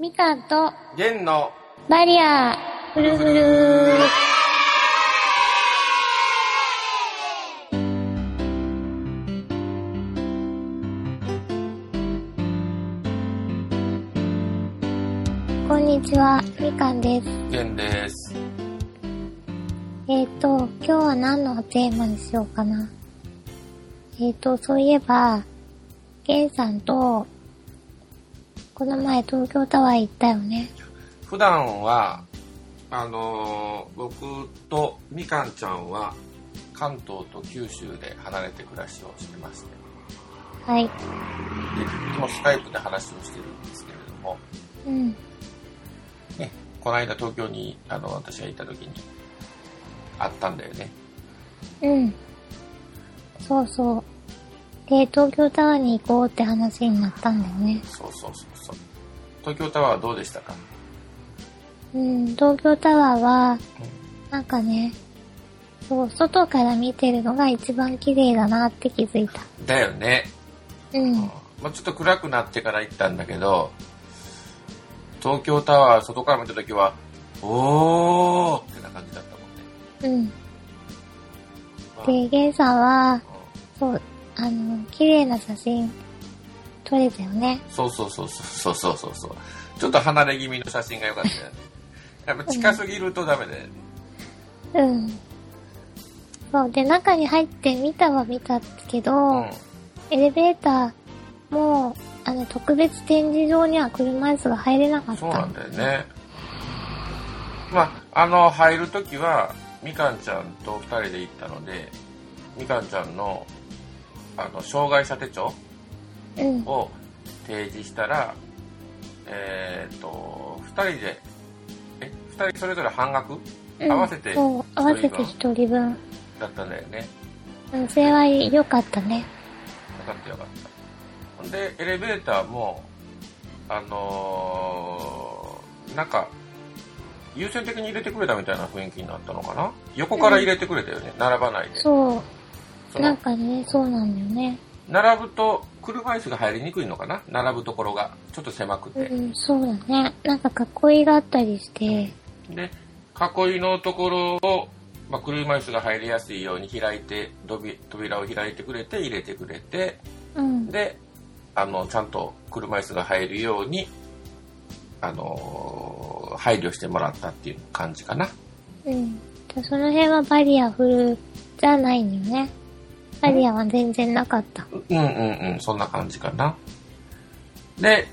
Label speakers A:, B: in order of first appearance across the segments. A: みかんと
B: 弦の
A: バリアふるふるこんにちはみかんです
B: 弦です
A: えっ、ー、と今日は何のテーマにしようかなえっ、ー、とそういえばゲンさんとこの前東京タワー行ったよね
B: 普段はあのー僕とみかんちゃんは関東と九州で離れて暮らしをしてまして
A: はい
B: でいつもスカイプで話をしてるんですけれども、
A: うん
B: ね、この間東京にあの私が行った時に会ったんだよね
A: うん。そうそう。で、東京タワーに行こうって話になったんだよね。
B: そうそうそうそう東京タワーはどうでしたか
A: うん、東京タワーは、なんかね、そう、外から見てるのが一番綺麗だなって気づいた。
B: だよね
A: うん。
B: まあ、ちょっと暗くなってから行ったんだけど東京タワー外から見た時はおーってな感じだったもん
A: う
B: ね、
A: ん。
B: まあうん
A: で、ゲンさんは、そう、あの、綺麗な写真撮れたよね。
B: そうそうそうそうそうそうそうちょっと離れ気味の写真が良かったよ ねやっぱ近すぎるとダメで、
A: うん。そう、で、中に入って見たは見たけど、
B: うん
A: エレベーターも、あの、特別展示場には車椅子が入れなかった。
B: そうなんだよねまああの入る時はみかんちゃんと2人で行ったのでみかんちゃんのあの障害者手帳
A: うん。
B: を提示したら、えっ、と、2人で、え、2人それぞれ半額
A: うん
B: 合わせて
A: そう、合わせて一人分。
B: だったんだよね。
A: うん、それは良かったね。
B: よかったよかった。ほんで、エレベーターも、あのーなんか、優先的に入れてくれたみたいな雰囲気になったのかな横から入れてくれたよね、並ばないで。
A: そ、
B: そうの
A: なんかね、そうなんだよね。
B: 並ぶと、車椅子が入りにくいのかな並ぶところが、ちょっと狭くて。
A: うん、そうだね。なんか囲いがあったりして、
B: で囲いのところを、まあ、車椅子が入りやすいように開いてドビ扉を開いてくれて入れてくれて
A: うん、
B: であのちゃんと車椅子が入るように、あのー配慮してもらったっていう感じかな
A: うん。その辺はバリアフルじゃないんだよね。バリアは全然なかった。
B: うんうんうんそんな感じかなで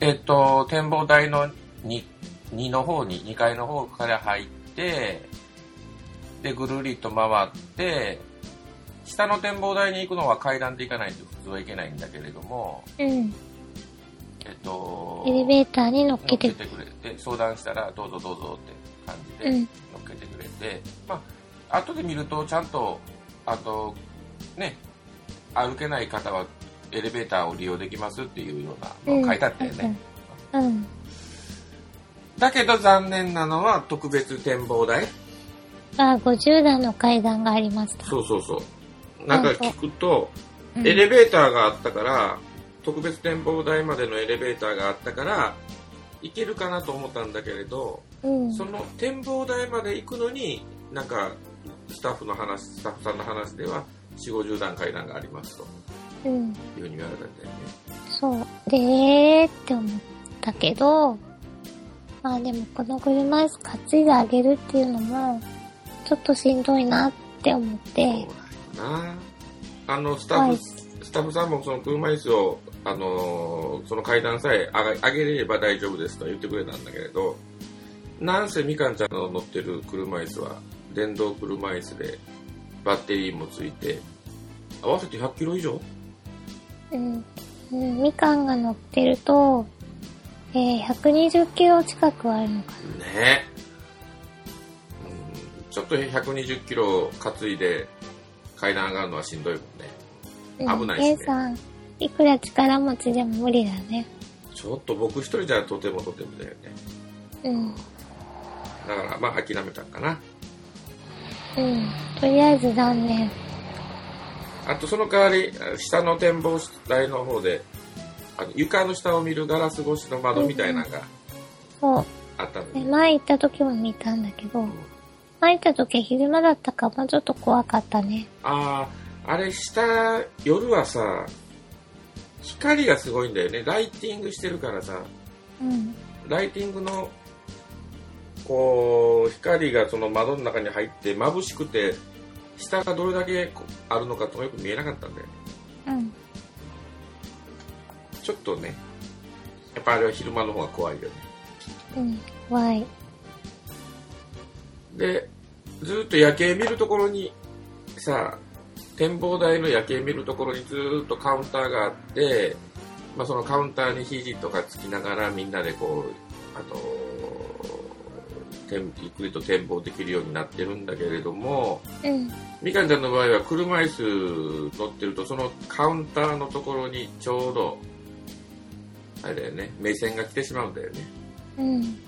B: えっと展望台の 2, 2の方に2階の方から入ってでぐるりと回って下の展望台に行くのは階段で行かないと普通は行けないんだけれども
A: うん。
B: えっと
A: エレベーターに乗っけて
B: 乗っ、けてくれて相談したらどうぞどうぞって感じで
A: うん
B: 乗っけてくれて、まあ後で見るとちゃんとあとね歩けない方はエレベーターを利用できますっていうようなのが書いてあったよね、
A: うん。うん。
B: だけど残念なのは特別展望台
A: が50段の階段がありました。
B: そうそうそうなんか聞くと、
A: うん
B: エレベーターがあったから特別展望台までのエレベーターがあったから行けるかなと思ったんだけれど
A: うん
B: その展望台まで行くのに、なんか、スタッフの話、スタッフさんの話では、4、50段階段がありますと
A: うん、
B: いうふうに言われたんだよね。
A: そう。でーって思ったけど、まあでもこの車椅子担いであげるっていうのも、ちょっとしんどいなって思って、
B: そうなんよな。あの、スタッフ、
A: はい
B: スタッフさんもその車椅子を、あのーその階段さえ上が上げれれば大丈夫ですと言ってくれたんだけれど、なんせみかんちゃんの乗ってる車椅子は、電動車椅子で、バッテリーもついて、合わせて100キロ以上
A: うん、うん、みかんが乗ってると、えー、120キロ近くはあるのか
B: ねうんちょっと120キロ担いで階段上がるのはしんどいもんね
A: な。
B: 危ない
A: う
B: っすね
A: ん A さん、いくら力持ちでも無理だね。
B: ちょっと僕一人じゃとてもとてもだよね
A: うん。
B: だからまあ諦めたんかな
A: うん。とりあえず残念。
B: あとその代わりあ下の展望台の方であの床の下を見るガラス越しの窓みたいなのが
A: そう。
B: あったの
A: で
B: ね
A: 前行った時も見たんだけど、前行った時は昼間だったからもうちょっと怖かったね。
B: あああれ下夜はさ光がすごいんだよねライティングしてるからさ
A: うん。
B: ライティングのこう光がその窓の中に入って眩しくて下がどれだけこうあるのかとかよく見えなかったんだよね
A: うん。
B: ちょっとねやっぱあれは昼間の方が怖いよね
A: うん。怖い。
B: でずっと夜景見るところにさ展望台の夜景見るところにずーっとカウンターがあって、まあ、そのカウンターに肘とかつきながらみんなでこうあと天ゆっくりと展望できるようになってるんだけれども
A: うん。
B: みかんちゃんの場合は車椅子乗ってるとそのカウンターのところにちょうどあれだよね目線が来てしまうんだよね
A: うん。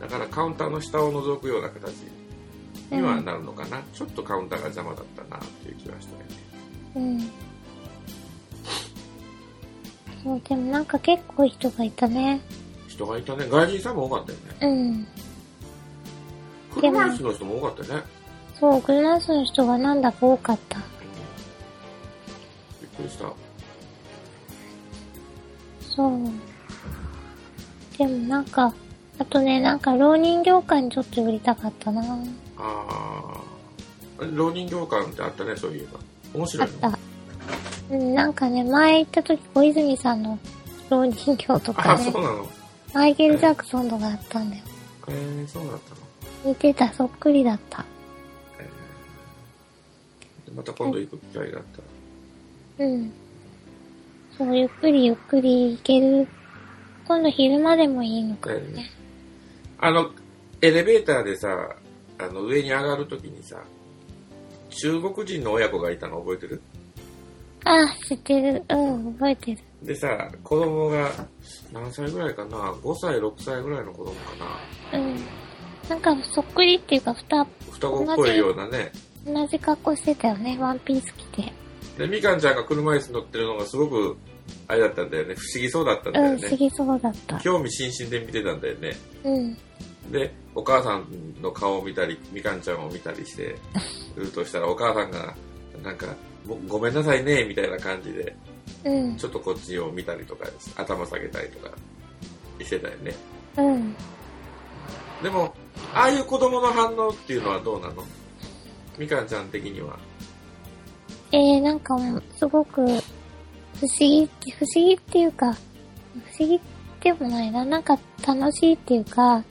B: だからカウンターの下を覗くような形にはなるのかな、ちょっとカウンターが邪魔だったなっていう気はしたよね
A: うん。そう、でもなんか結構人がいたね。
B: 人がいたね外人さんも多かったよね
A: うん。でも
B: 車椅子の人も多かったよね、
A: そう、グラスの人がなんだか多かった。
B: びっくりした
A: そう。でもなんか、あとね、なんか浪人業界にちょっと売りたかったな。
B: ああ浪人業館ってあったねそういえば面
A: あ
B: 白
A: っ
B: いの
A: た。うん、なんかね、前行った時、小泉さんの浪人業と
B: あ
A: か
B: あ
A: ね
B: そ、うなの
A: マイケル・ジャクソンとかあったんだよ。
B: えー、そうだったの、
A: 似てた、そっくりだった。
B: えーでまた今度行く機会があったら
A: うん。そう、ゆっくりゆっくり行ける。今度昼間でもいいのかもね。
B: あの、エレベーターでさ、あの、上に上がるときにさ、中国人の親子がいたの覚えてる
A: あ、知ってる。うん、覚えてる。
B: でさ、子供が、何歳ぐらいかな ?5 歳、6歳ぐらいの子供かな
A: うん。なんか、そっくりっていうか、ふた、
B: 双子っぽいようなね。
A: 同じ格好してたよね。ワンピース着て。
B: で、みかんちゃんが車椅子乗ってるのがすごく、あれだったんだよね。不思議そうだったんだ
A: う
B: よ
A: ん、不思
B: ね。
A: 議そうだった。
B: 興味津々で見てたんだよね。
A: うん。
B: で、お母さんの顔を見たり、みかんちゃんを見たりして、するとしたらお母さんが、なんか、ごごめんなさいね、みたいな感じで、
A: うん。
B: ちょっとこっちを見たりとかです頭下げたりとかしてたよね。
A: うん。
B: でも、ああいう子供の反応っていうのはどうなのみかんちゃん的には。
A: えー、なんかもう、すごく、不思議、不思議っていうか、不思議でもないな。なんか、楽しいっていうか、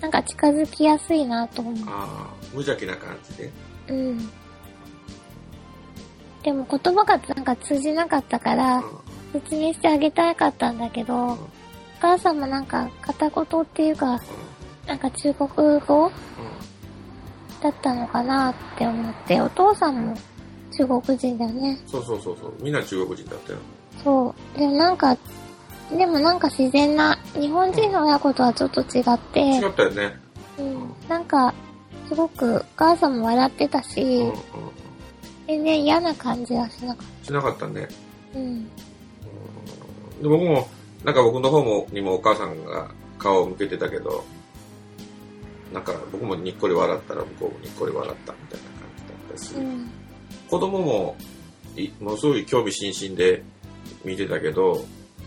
A: なんか近づきやすいなと思う。
B: ああ、無邪気な感じで。
A: うん。でも言葉がなんか通じなかったから、説明してあげたかったんだけど、お母さんもなんか片言っていうか、なんか中国語だったのかなって思って、お父さんも中国人だよね。
B: そうそうそうそう。みんな中国人だったよ。
A: そう。でもなんか、でもなんか自然な、日本人の親子とはちょっと違って
B: 違、ったよね。
A: うん、なんか、すごくお母さんも笑ってたし、
B: うんうんうん。
A: 全然嫌な感じはしなかっ
B: しなかったね。
A: た。うん。
B: うんで僕も、なんか僕の方もにもお母さんが顔を向けてたけど、なんか僕もにっこり笑ったら向こうもにっこり笑ったみたいな感じだったし。
A: うん
B: 子供もいものすごい興味津々で見てたけど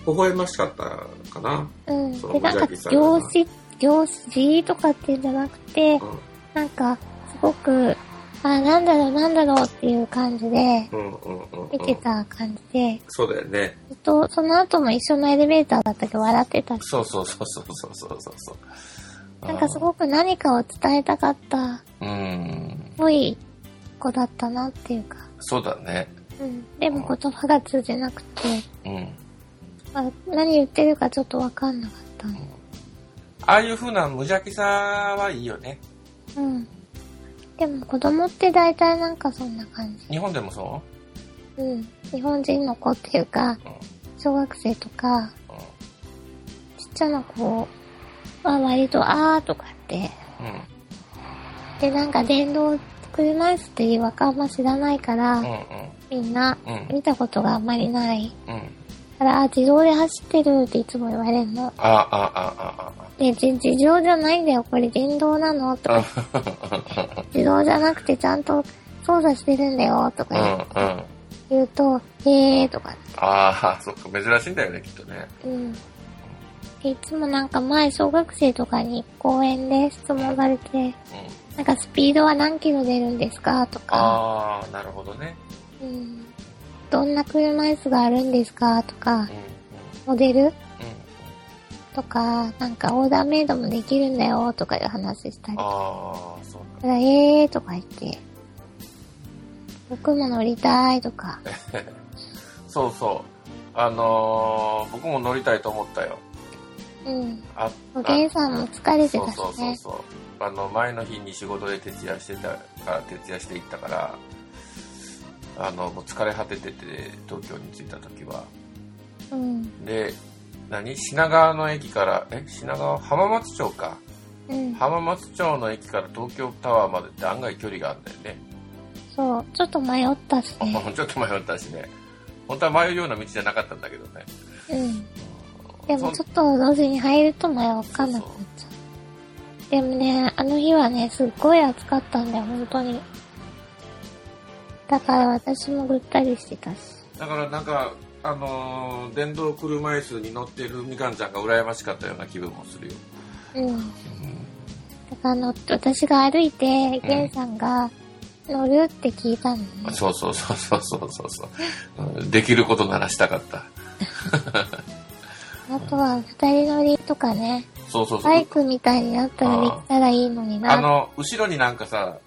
B: 微笑ましかったかな、
A: うん。
B: その
A: で、なんか
B: 無邪気さ、が
A: 行詞、行詞とかっていうんじゃなくて
B: う、ん
A: なんか、すごく、あ、なんだろう、なんだろうっていう感じで、
B: うんうんうんうん
A: 見てた感じで、
B: そうだよね
A: ずっと、その後も一緒のエレベーターだったけど笑ってたし、
B: そうそうそうそうそうそうそうそう
A: なんかすごく何かを伝えたかった、っ
B: うん
A: ぽい子だったなっていうか、
B: そうだね
A: うん。でも言葉が通じなくて、
B: うん
A: まあ、何言ってるかちょっとわかんなかったね。
B: ああいう風な無邪気さはいいよね
A: うん。でも子供って大体なんかそんな感じ。
B: 日本でもそ
A: うん、日本人の子っていうか、
B: う、うん
A: 小学生とか、
B: う
A: ち
B: ん
A: っちゃな子は割と、あーとかって。で、なんか電動車椅子っていう若あんま知らないから、
B: うんうん
A: みんな
B: うん
A: 見たことがあんまりない
B: うん
A: から、あ、自動で走ってるっていつも言われるの。
B: ああ、ああ、あ
A: で、じ自動じゃないんだよ、これ電動なのと
B: あ、
A: か、
B: あ
A: 自動じゃなくてちゃんと操作してるんだよ、と
B: あ、うん、う
A: か
B: ん。
A: 言うと、へーとか、
B: ああ、そっか、珍しいんだよね、きっとね。
A: うん。でいつもなんか前、小学生とかに公園で質問されて、
B: うん。
A: なんかスピードは何キロ出るんですかとか、
B: ああ、なるほどね。
A: うん、どんな車椅子があるんですかとか
B: うん、、うん、
A: モデル
B: うん。
A: とか、なんかオーダーメイドもできるんだよとかいう話したり。だか
B: ああ、そう
A: ら、えーとか言って、僕も乗りたいとか、
B: そうそう。あのー僕も乗りたいと思ったよ。
A: うん。
B: あ
A: おげんさんも疲れて
B: そう
A: た
B: そう
A: し
B: そう
A: ね。
B: そう。あの、前の日に仕事で徹夜してたから、徹夜していったから、あの、もう疲れ果ててて、東京に着いた時は。
A: うん。
B: で、何品川の駅から、え品川浜松町か。
A: うん。
B: 浜松町の駅から東京タワーまでって案外距離があるんだよね。
A: そう。ちょっと迷ったしね。
B: ちょっと迷ったしね。本当は迷うような道じゃなかったんだけどね。
A: うん。でもち
B: そ
A: ょっと路地に入ると迷わかんなくなっちゃう。でもね、あの日はね、すっごい暑かったんだよ、本当に。だから私もぐったりしてたし。
B: だからなんか、あのー電動車椅子に乗ってるみかんちゃんが羨ましかったような気分もするよ。
A: うん。
B: うん
A: だからあの、私が歩いて、ゲンさんが乗るって聞いたのね。
B: そうそうそうそうそうそうそううん。できることならしたかった。
A: あとは二人乗りとかね、
B: そうそうそう。
A: バイクみたいになったらできたらいいのに
B: あ
A: な。
B: の、後ろになんかさ、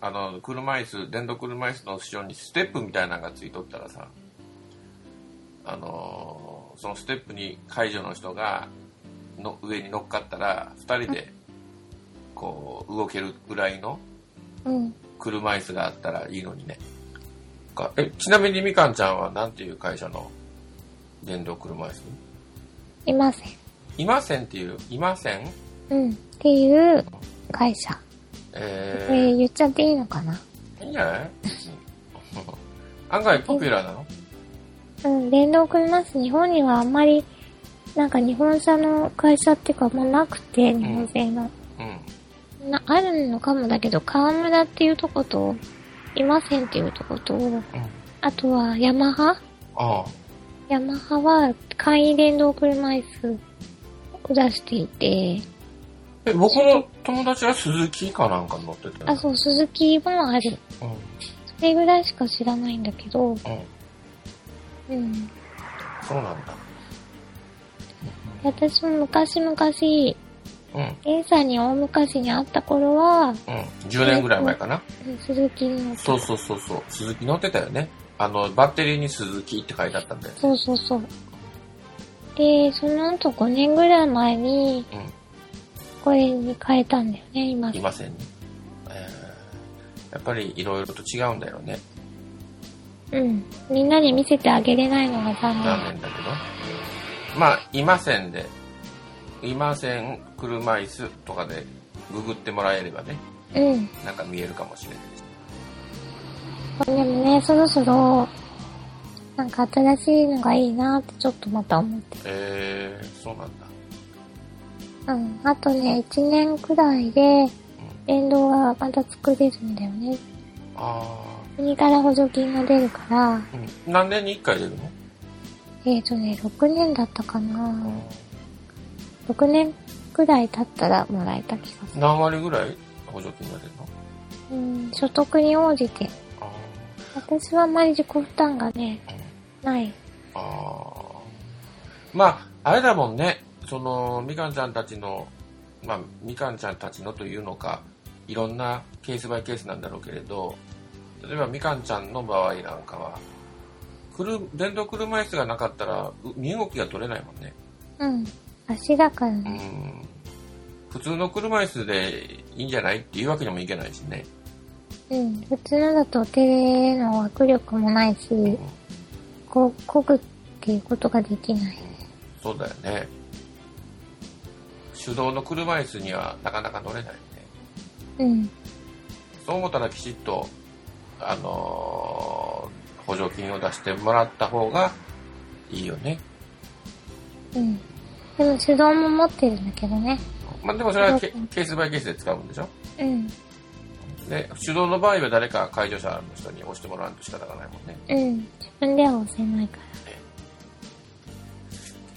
B: あの、車椅子、電動車椅子の後ろにステップみたいなのがついとったらさ、あのーそのステップに介助の人が、の上に乗っかったら、二人で、こう、動けるぐらいの
A: うん。
B: 車椅子があったらいいのにね。かえ、ちなみにみかんちゃんはなんていう会社の電動車椅子
A: いません。
B: いませんっていう、いません
A: うん。っていう会社。え
B: え
A: ー、言っちゃっていいのかな
B: ー、いいんじゃ ない案外ポピュラーなの
A: うん、電動車椅子日本にはあんまり、なんか日本車の会社っていうか、まあなくて、日本製の。
B: うん。
A: なあるのかもだけど、川村っていうとこと、いませんっていうとこと、あとはヤマハ
B: ああ、
A: ヤマハは簡易電動車椅子を出していて、
B: え、僕の友達は鈴木かなんか乗ってたよ
A: あ、そう、鈴木もある。
B: うん。
A: それぐらいしか知らないんだけど、
B: うん。
A: うん。
B: そうなんだ。
A: 私も昔々、ゲ
B: うん。
A: イさんに大昔に会った頃は、
B: うん。10年ぐらい前かな。
A: うん鈴木の
B: そうそうそうそう。鈴木乗ってたよね。あの、バッテリーに鈴木って書いてあったんだよ。
A: そうそうそう。で、その後5年ぐらい前に、
B: うん。
A: これに変えたんだよね、今。
B: いませんね。えーやっぱりいろいろと違うんだよね。
A: うん。みんなに見せてあげれないのが残
B: 残
A: 念。
B: 念だけど。まあ、いませんで、いません、車椅子とかでググってもらえればね、
A: うん。
B: なんか見えるかもしれない。
A: でもね、そろそろ、なんか新しいのがいいなってちょっとまた思って。
B: えー、そうなんだ。
A: うん。あとね、1年くらいで、電動がまた作れるんだよね。
B: あ
A: 国から補助金が出るから、
B: ー、うん。何年に1回出るの、
A: えーとね、6年だったかな。6年くらい経ったらもらえた気がする。
B: 何割ぐらい補助金が出るの
A: うん、所得に応じて。
B: あ
A: 私はあんまり自己負担がね、ない。
B: ーあー。まあ、あれだもんね、その、みかんちゃんたちの、まあ、みかんちゃんたちのというのか、いろんなケースバイケースなんだろうけれど、例えばみかんちゃんの場合なんかは、くる電動車椅子がなかったら、う身動きが取れないもんね。
A: うん。足だから
B: う
A: ね。
B: ん。普通の車椅子でいいんじゃないっていうわけにもいけないしね。
A: うん。普通のだと手の握力もないし、こう、こぐっていうことができない。
B: そうだよね。手動の車椅子にはなかなか乗れないよね。
A: うん。
B: そう思ったらきちっと、あのー補助金を出してもらった方が、いいよね。
A: うん。でも手動も持ってるんだけどね。
B: まあ、でもそれはケケースバイケースで使うんでしょ
A: うん。
B: で、手動の場合は誰か介助者の人に押してもらわんと仕方がないもんね。
A: うん。自分では押せないか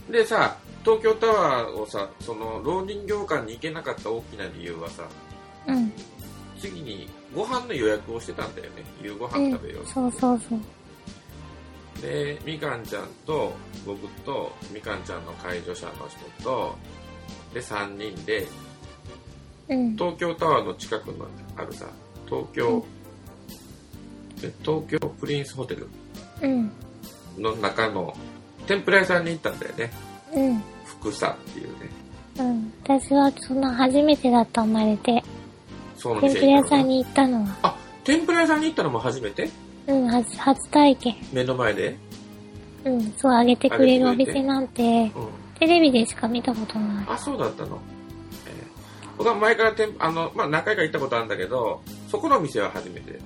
A: ら。
B: でさ、東京タワーをさ、その、老人業館に行けなかった大きな理由はさ、
A: うん。
B: 次にご飯の予約をしてたんだよね。夕ご
A: う
B: 飯
A: ん
B: 食べよう。
A: そうそうそう。
B: で、みかんちゃんと、僕と、みかんちゃんの介助者の人と、で、3人で、
A: うん。
B: 東京タワーの近くのあるさ、東京、え東京プリンスホテル
A: うん。
B: の中の天ぷら屋さんに行ったんだよね。
A: うん。
B: 福さっていうね。
A: うん。私はその初めてだった生まれて、
B: その
A: 天
B: 店
A: ぷら屋
B: 行った
A: さ
B: の
A: んに行ったのは、
B: あ、天ぷら屋さんに行ったのも初めて
A: うん、初、初体験。
B: 目の前で。
A: うん、そう、あげてくれる
B: あ
A: お
B: げてくれ
A: 店
B: て
A: なんて、
B: うん。
A: テレビでしか見たことない。
B: あ、そうだったの。えー僕は前から天、あの、まあ、何回か行ったことあるんだけど、そこの店は初めて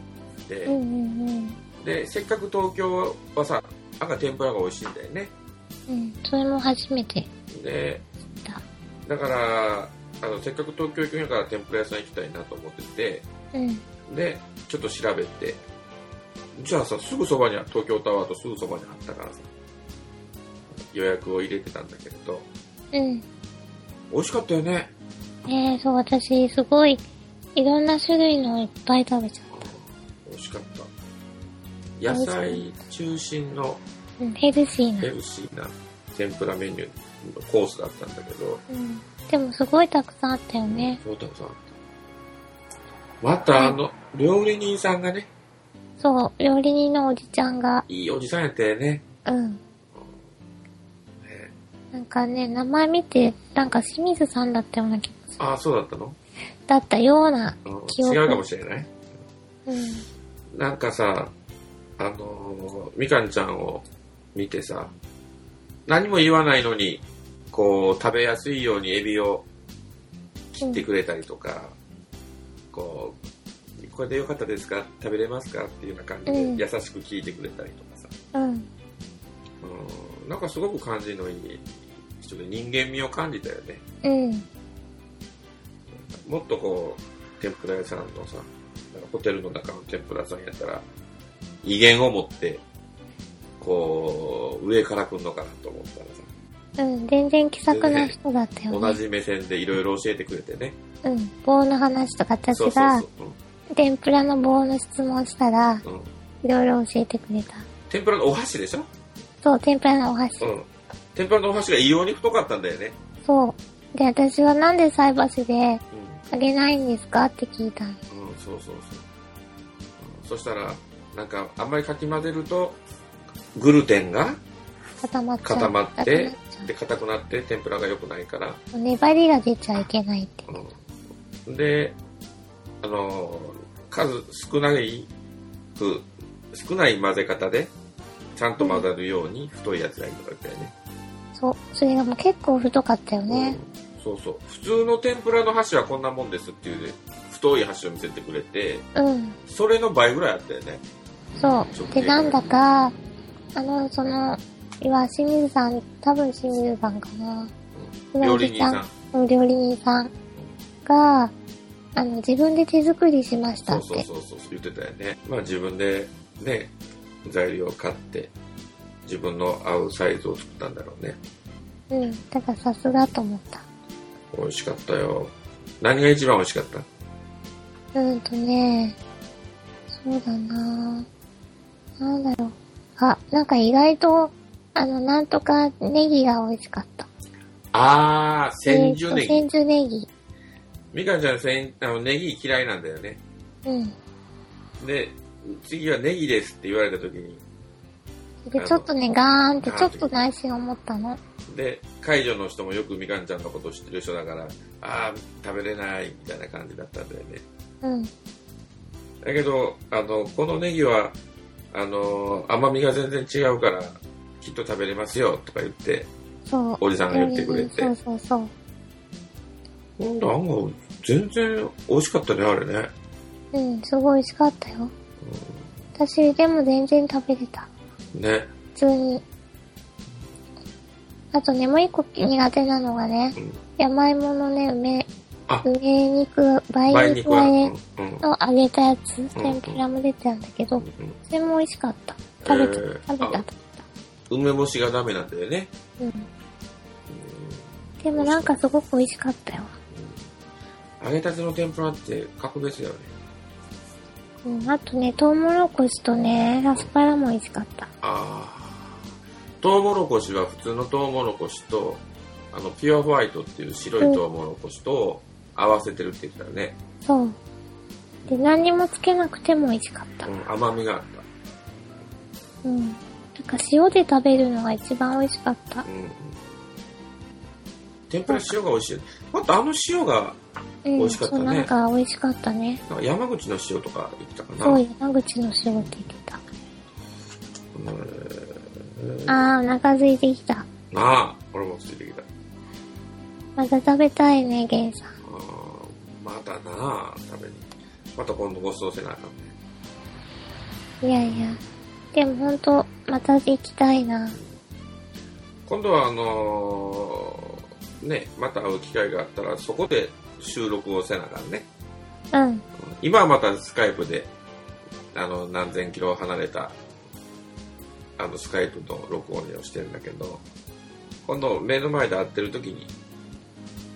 B: で、
A: うんうんうん。
B: で、せっかく東京はさ、なんか天ぷらが美味しいんだよね。
A: うん、それも初めて
B: で、
A: だ。
B: だから、あの、せっかく東京行くんやから天ぷら屋さん行きたいなと思ってて、
A: うん、
B: で、ちょっと調べて、じゃあさ、すぐそばにあ、東京タワーとすぐそばにあったからさ、予約を入れてたんだけれど、
A: うん。
B: 美味しかったよね。
A: えー、そう、私、すごい、いろんな種類のいっぱい食べちゃっ
B: 美味しかった。野菜中心の
A: た。うん、ヘルシー
B: ヘ
A: な。
B: ルシーな天ぷらメニューのコースだったんだけど、
A: うん。でも、すごいたくさんあったよね。
B: そうたくさんあった。またあの、料理人さんがね、
A: そう、料理人のおじちゃんが、
B: いいおじさんやったよね。
A: うん。
B: ね
A: なんかね、名前見て、なんか清水さんだったような気がする。
B: ああ、そうだったの
A: だったような
B: うん
A: 記憶。
B: 違うかもしれない。
A: うん。
B: なんかさ、あのーみかんちゃんを見てさ、何も言わないのに、こう、食べやすいようにエビを切ってくれたりとか、こう、これでよかったですか食べれますかっていうような感じで
A: うん
B: 優しく聞いてくれたりとかさ、
A: うん。
B: うん、なんかすごく感じのいい人で人間味を感じたよね。
A: うん。
B: もっとこう、天ぷら屋さんのさ、なんかホテルの中の天ぷら屋さんやったら、威厳を持って、こう、上から来んのかなと思ったらさ、
A: うん。全然気さくな人だったよね。
B: 同じ目線でいろいろ教えてくれてね。
A: うん。棒の話とか、私
B: そうそう
A: が
B: そ、う
A: 天ぷらの棒の質問したら、
B: うん。うん。
A: いろいろ教えてくれた。
B: 天ぷらのお箸でしょ
A: そう、天ぷらのお箸。
B: うん。天ぷらのお箸が異様に太かったんだよね。
A: そう。で、私はなんで菜箸で
B: う
A: あげないんですかって聞いたの。
B: ん。うん、そうそうそう。うんそしたら、なんか、あんまりかき混ぜると、グルテンが
A: 固まっちゃう。
B: 固まっ
A: 固
B: て
A: まっちゃ、
B: で、硬くなって天ぷらが良くないから、
A: う粘りが出ちゃいけないって。
B: うんで、あの、数少ないく、少ない混ぜ方で、ちゃんと混ざるように太いやつがいいとかだよね。
A: そう。それがもう結構太かったよね。
B: うんそうそう。普通の天ぷらの箸はこんなもんですっていう、太い箸を見せてくれて、
A: うん。
B: それの倍ぐらいあったよね。
A: そう。で、なんだか、あの、その、いわ、清水さん、多分清水さんかな。
B: うん料理人さん。
A: うん。料理人さんが、あの、自分で手作りしました
B: そう
A: っ
B: そう
A: て。
B: そうそう、言ってたよね。まあ自分でね、材料を買って、自分の合うサイズを作ったんだろうね。
A: うん。だからさすがと思った。
B: 美味しかったよ。何が一番美味しかった
A: うんとね、そうだなぁなんだろう。あ、なんか意外と、あの、なんとかネギが美味しかった。
B: あー、千住ネ
A: え
B: ギ。
A: ーと千住ネギ。
B: みかんちゃん千あのネギ嫌いなんだよね。
A: うん。
B: で、次はネギですって言われた時に、
A: で、ちょっとね、ガーンってちょっと内心思ったの。
B: で、介助の人もよくみかんちゃんのことを知ってる人だから、あー、食べれないみたいな感じだったんだよね。
A: うん。
B: だけど、あの、このネギは、あの、甘みが全然違うから、きっと食べれますよとか言って、
A: そう。
B: おじさんが言ってくれて
A: うんそうそうそう。
B: ほんと案外、全然美味しかったね、あれね。
A: うん、すごい美味しかったよ。私、でも全然食べれた。
B: ね。
A: 普通に。あとね、もう一個苦手なのがね、
B: うん
A: 山芋のね、梅
B: あ、
A: 梅肉、梅
B: 梅
A: 肉
B: 肉
A: 和
B: は、
A: え
B: うんうん
A: の揚げたやつ、
B: ん
A: 天ぷらも出てたんだけど、
B: うん
A: それも美味しかった。食べた、
B: えー
A: 食べた。
B: 梅干しがダメなんだよね。
A: うん。でもなんかすごく美味しかったよ。
B: 揚げたての天ぷらって格別だよね。
A: うん、あとね、トウモロコシとね、アスパラも美味しかった。
B: あートウモロコシは普通のトウモロコシと、あの、ピュアホワイトっていう白いトウモロコシと合わせてるって言ってたね。
A: そう。で、何にもつけなくても美味しかった
B: う。ん、甘みがあった。
A: うん。なんか塩で食べるのが一番美味しかった。
B: うん天ぷら塩が美味しい。あとあの塩が、
A: うん、
B: 美味しかったね
A: そう、なんか美味しかったね。
B: なんか山口の塩とか言ってたかな。
A: そう、山口の塩って言ってた。
B: うん
A: あー、お腹空いてきた。
B: なあ、俺もついてきた。
A: また食べたいね、ゲンさん。
B: あーまたなあ、食べに。また今度ごちそうせなあかんね。
A: いやいや。でもほんと、また行きたいな。
B: 今度はあのーね、また会う機会があったら、そこで収録をせなあかんね。
A: うん。
B: 今はまたスカイプで、あの、何千キロ離れた、あの、スカイプの録音をしてるんだけど、今度目の前で会ってる時に、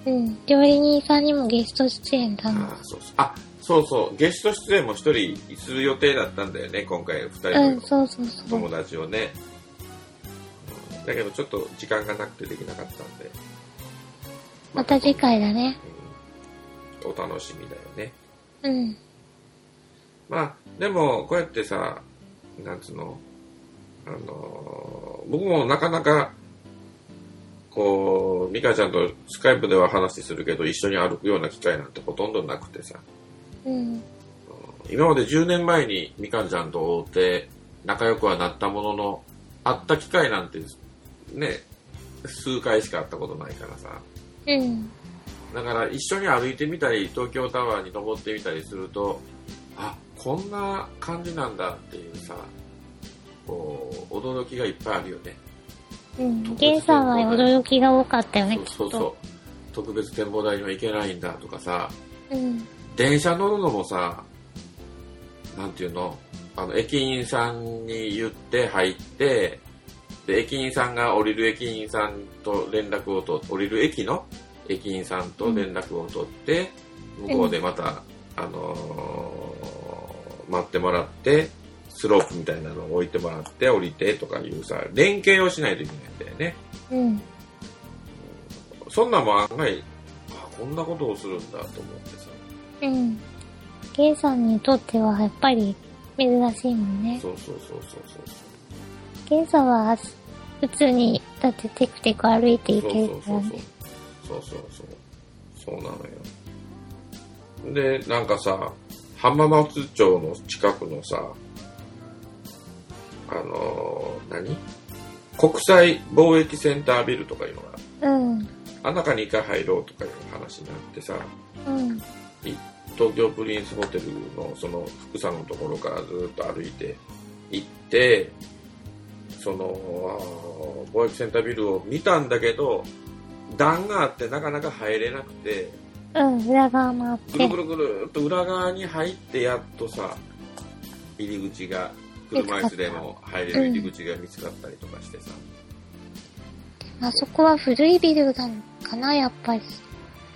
A: うん。料理人さんにもゲスト出演だな。
B: あーそうそうあそうそうゲスト出演も一人する予定だったんだよね今回二
A: う
B: 人
A: ん、
B: の
A: そうそうそう。
B: 友達をね、うんだけどちょっと時間がなくてできなかったんで
A: また次回だね。
B: お楽しみだよね
A: うん。
B: まあでもこうやってさなんつうのあのー僕もなかなかこう美香ちゃんとスカイプでは話するけど一緒に歩くような機会なんてほとんどなくてさ
A: うん。
B: 今まで10年前にみかんちゃんと会うて仲良くはなったものの会った機会なんてね数回しか会ったことないからさ
A: うん。
B: だから一緒に歩いてみたり東京タワーに登ってみたりするとあこんな感じなんだっていうさこう驚きがいっぱいあるよね
A: うん。ゲンさんは驚きが多かったよね、きっ
B: そ
A: と。
B: うそうそう特別展望台には行けないんだとかさ
A: うん。
B: 電車乗るのもさなんていうのあの駅員さんに言って入ってで駅員さんが降りる駅員さんと連絡を取って降りる駅の駅員さんと連絡を取って、向こうでまた、あのー待ってもらってスロープみたいなのを置いてもらって降りてとかいうさ連携をしないといけないんだよね
A: うん。
B: そんなんも案外あこんなことをするんだと思ってさ
A: うん。ゲンさんにとってはやっぱり珍しいもんね。
B: そうそうそうそうそうそう
A: ゲンさんは普通に、だってテクテク歩いていけるか
B: そ
A: ら
B: う
A: ね。
B: そうそうそうそうそうなのよでなんかさ浜松町の近くのさあのー何国際貿易センタービルとかいうのが
A: うん。
B: あん中に一回入ろうとかいう話になってさ
A: うん。
B: 東京プリンスホテルのその福さんのところからずっと歩いて行ってそのあー貿易センタービルを見たんだけど段があってなかなか入れなくて
A: うん。裏側もあっ
B: ぐる
A: て
B: ぐ。るぐるっと裏側に入ってやっとさ入り口が車椅子でも入れる入り口が見つかったりとかしてさ、
A: あそこは古いビルなのかな、やっぱり。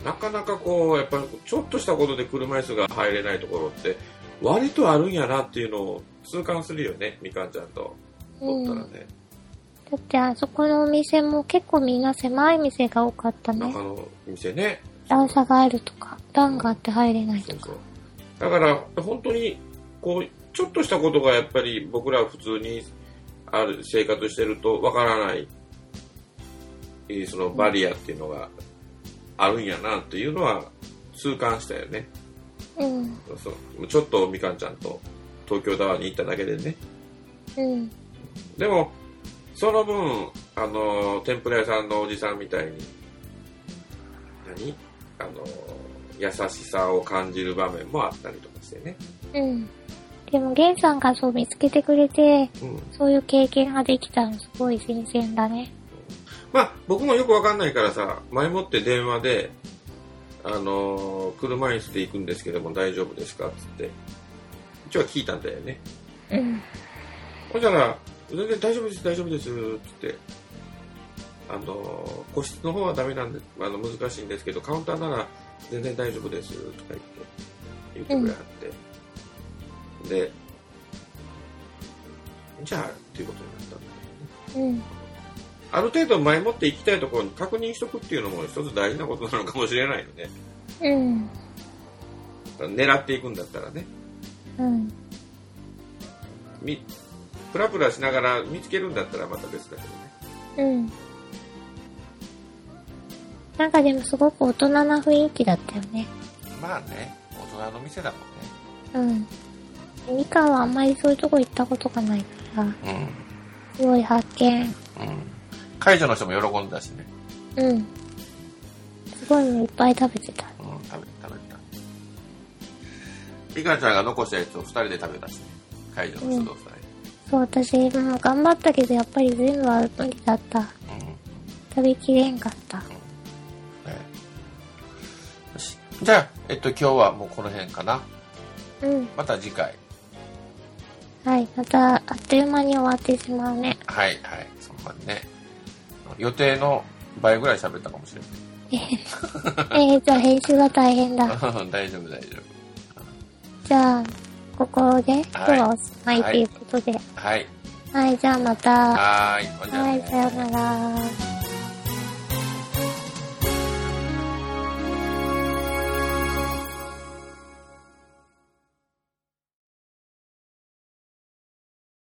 B: なかなかこうやっぱりちょっとしたことで車椅子が入れないところって割とあるんやなっていうのを痛感するよねみかんちゃんと。
A: う
B: 取った
A: ん。
B: ら
A: だ
B: ね、
A: ってあそこのお店も結構みんな狭い店が多かったね
B: 中。の店ね。
A: 段差があるとか、段があって入れない
B: そ
A: と
B: う
A: か。
B: そう。だから、本当に、こう、ちょっとしたことがやっぱり僕ら普通にある生活してるとわからない、えーそのバリアっていうのがあるんやなっていうのは痛感したよね。
A: うん。
B: そうそう。ちょっとみかんちゃんと東京タワーに行っただけでね。
A: うん。
B: でも、その分、あの、天ぷら屋さんのおじさんみたいに、何あの、優しさを感じる場面もあったりとかしてね。
A: うん。でも、ゲンさんがそう見つけてくれて、
B: うん。
A: そういう経験ができたのすごい新鮮だね。
B: まあ、僕もよくわかんないからさ、前もって電話で、あのー車椅子で行くんですけども大丈夫ですかっつって、一応は聞いたんだよね。
A: うん。
B: ほんじゃら、全然大丈夫です、大丈夫です、つって。あの、個室の方はダメなんで、あの、難しいんですけど、カウンターなら全然大丈夫です、とか言って、言ってくれはって。で、じゃあ、っていうことになったんだよ
A: う
B: ね。
A: ん。
B: ある程度前もって行きたいところに確認しとくっていうのも一つ大事なことなのかもしれないよね。
A: うん。
B: 狙っていくんだったらね。
A: うん。
B: み、プラプラしながら見つけるんだったらまた別だけどね。
A: うん。なんかでもすごく大人な雰囲気だったよね。
B: まあね、大人の店だもんね。
A: うん。ミカはあんまりそういうとこ行ったことがないから、
B: う
A: すごい発見。
B: ん。うん。解除の人も喜んだしね。
A: うん。すごいのいっぱい食べてた。
B: うん、食べ、食べた。リカちゃんが残したやつを二人で食べたしね。解除の人と
A: そう、私、もう頑張ったけど、やっぱり全部は無理だった。
B: 二人。うん。
A: 食べきれんかった。
B: ねよし。じゃあ、えっと、今日はもうこの辺かな。
A: うん。
B: また次回。
A: はい。また、あっという間に終わってしまうね。
B: はい、はい。そんなにね。予定の倍ぐらい喋ったかもしれない。
A: えー、じゃあ編集が大変だ。
B: うん 大丈夫、大丈
A: じゃあ、ここで今日はおしまいということで。
B: 夫。はい。
A: はい、じゃあまた。
B: はーい。ほんじゃ
A: はい、さようなら。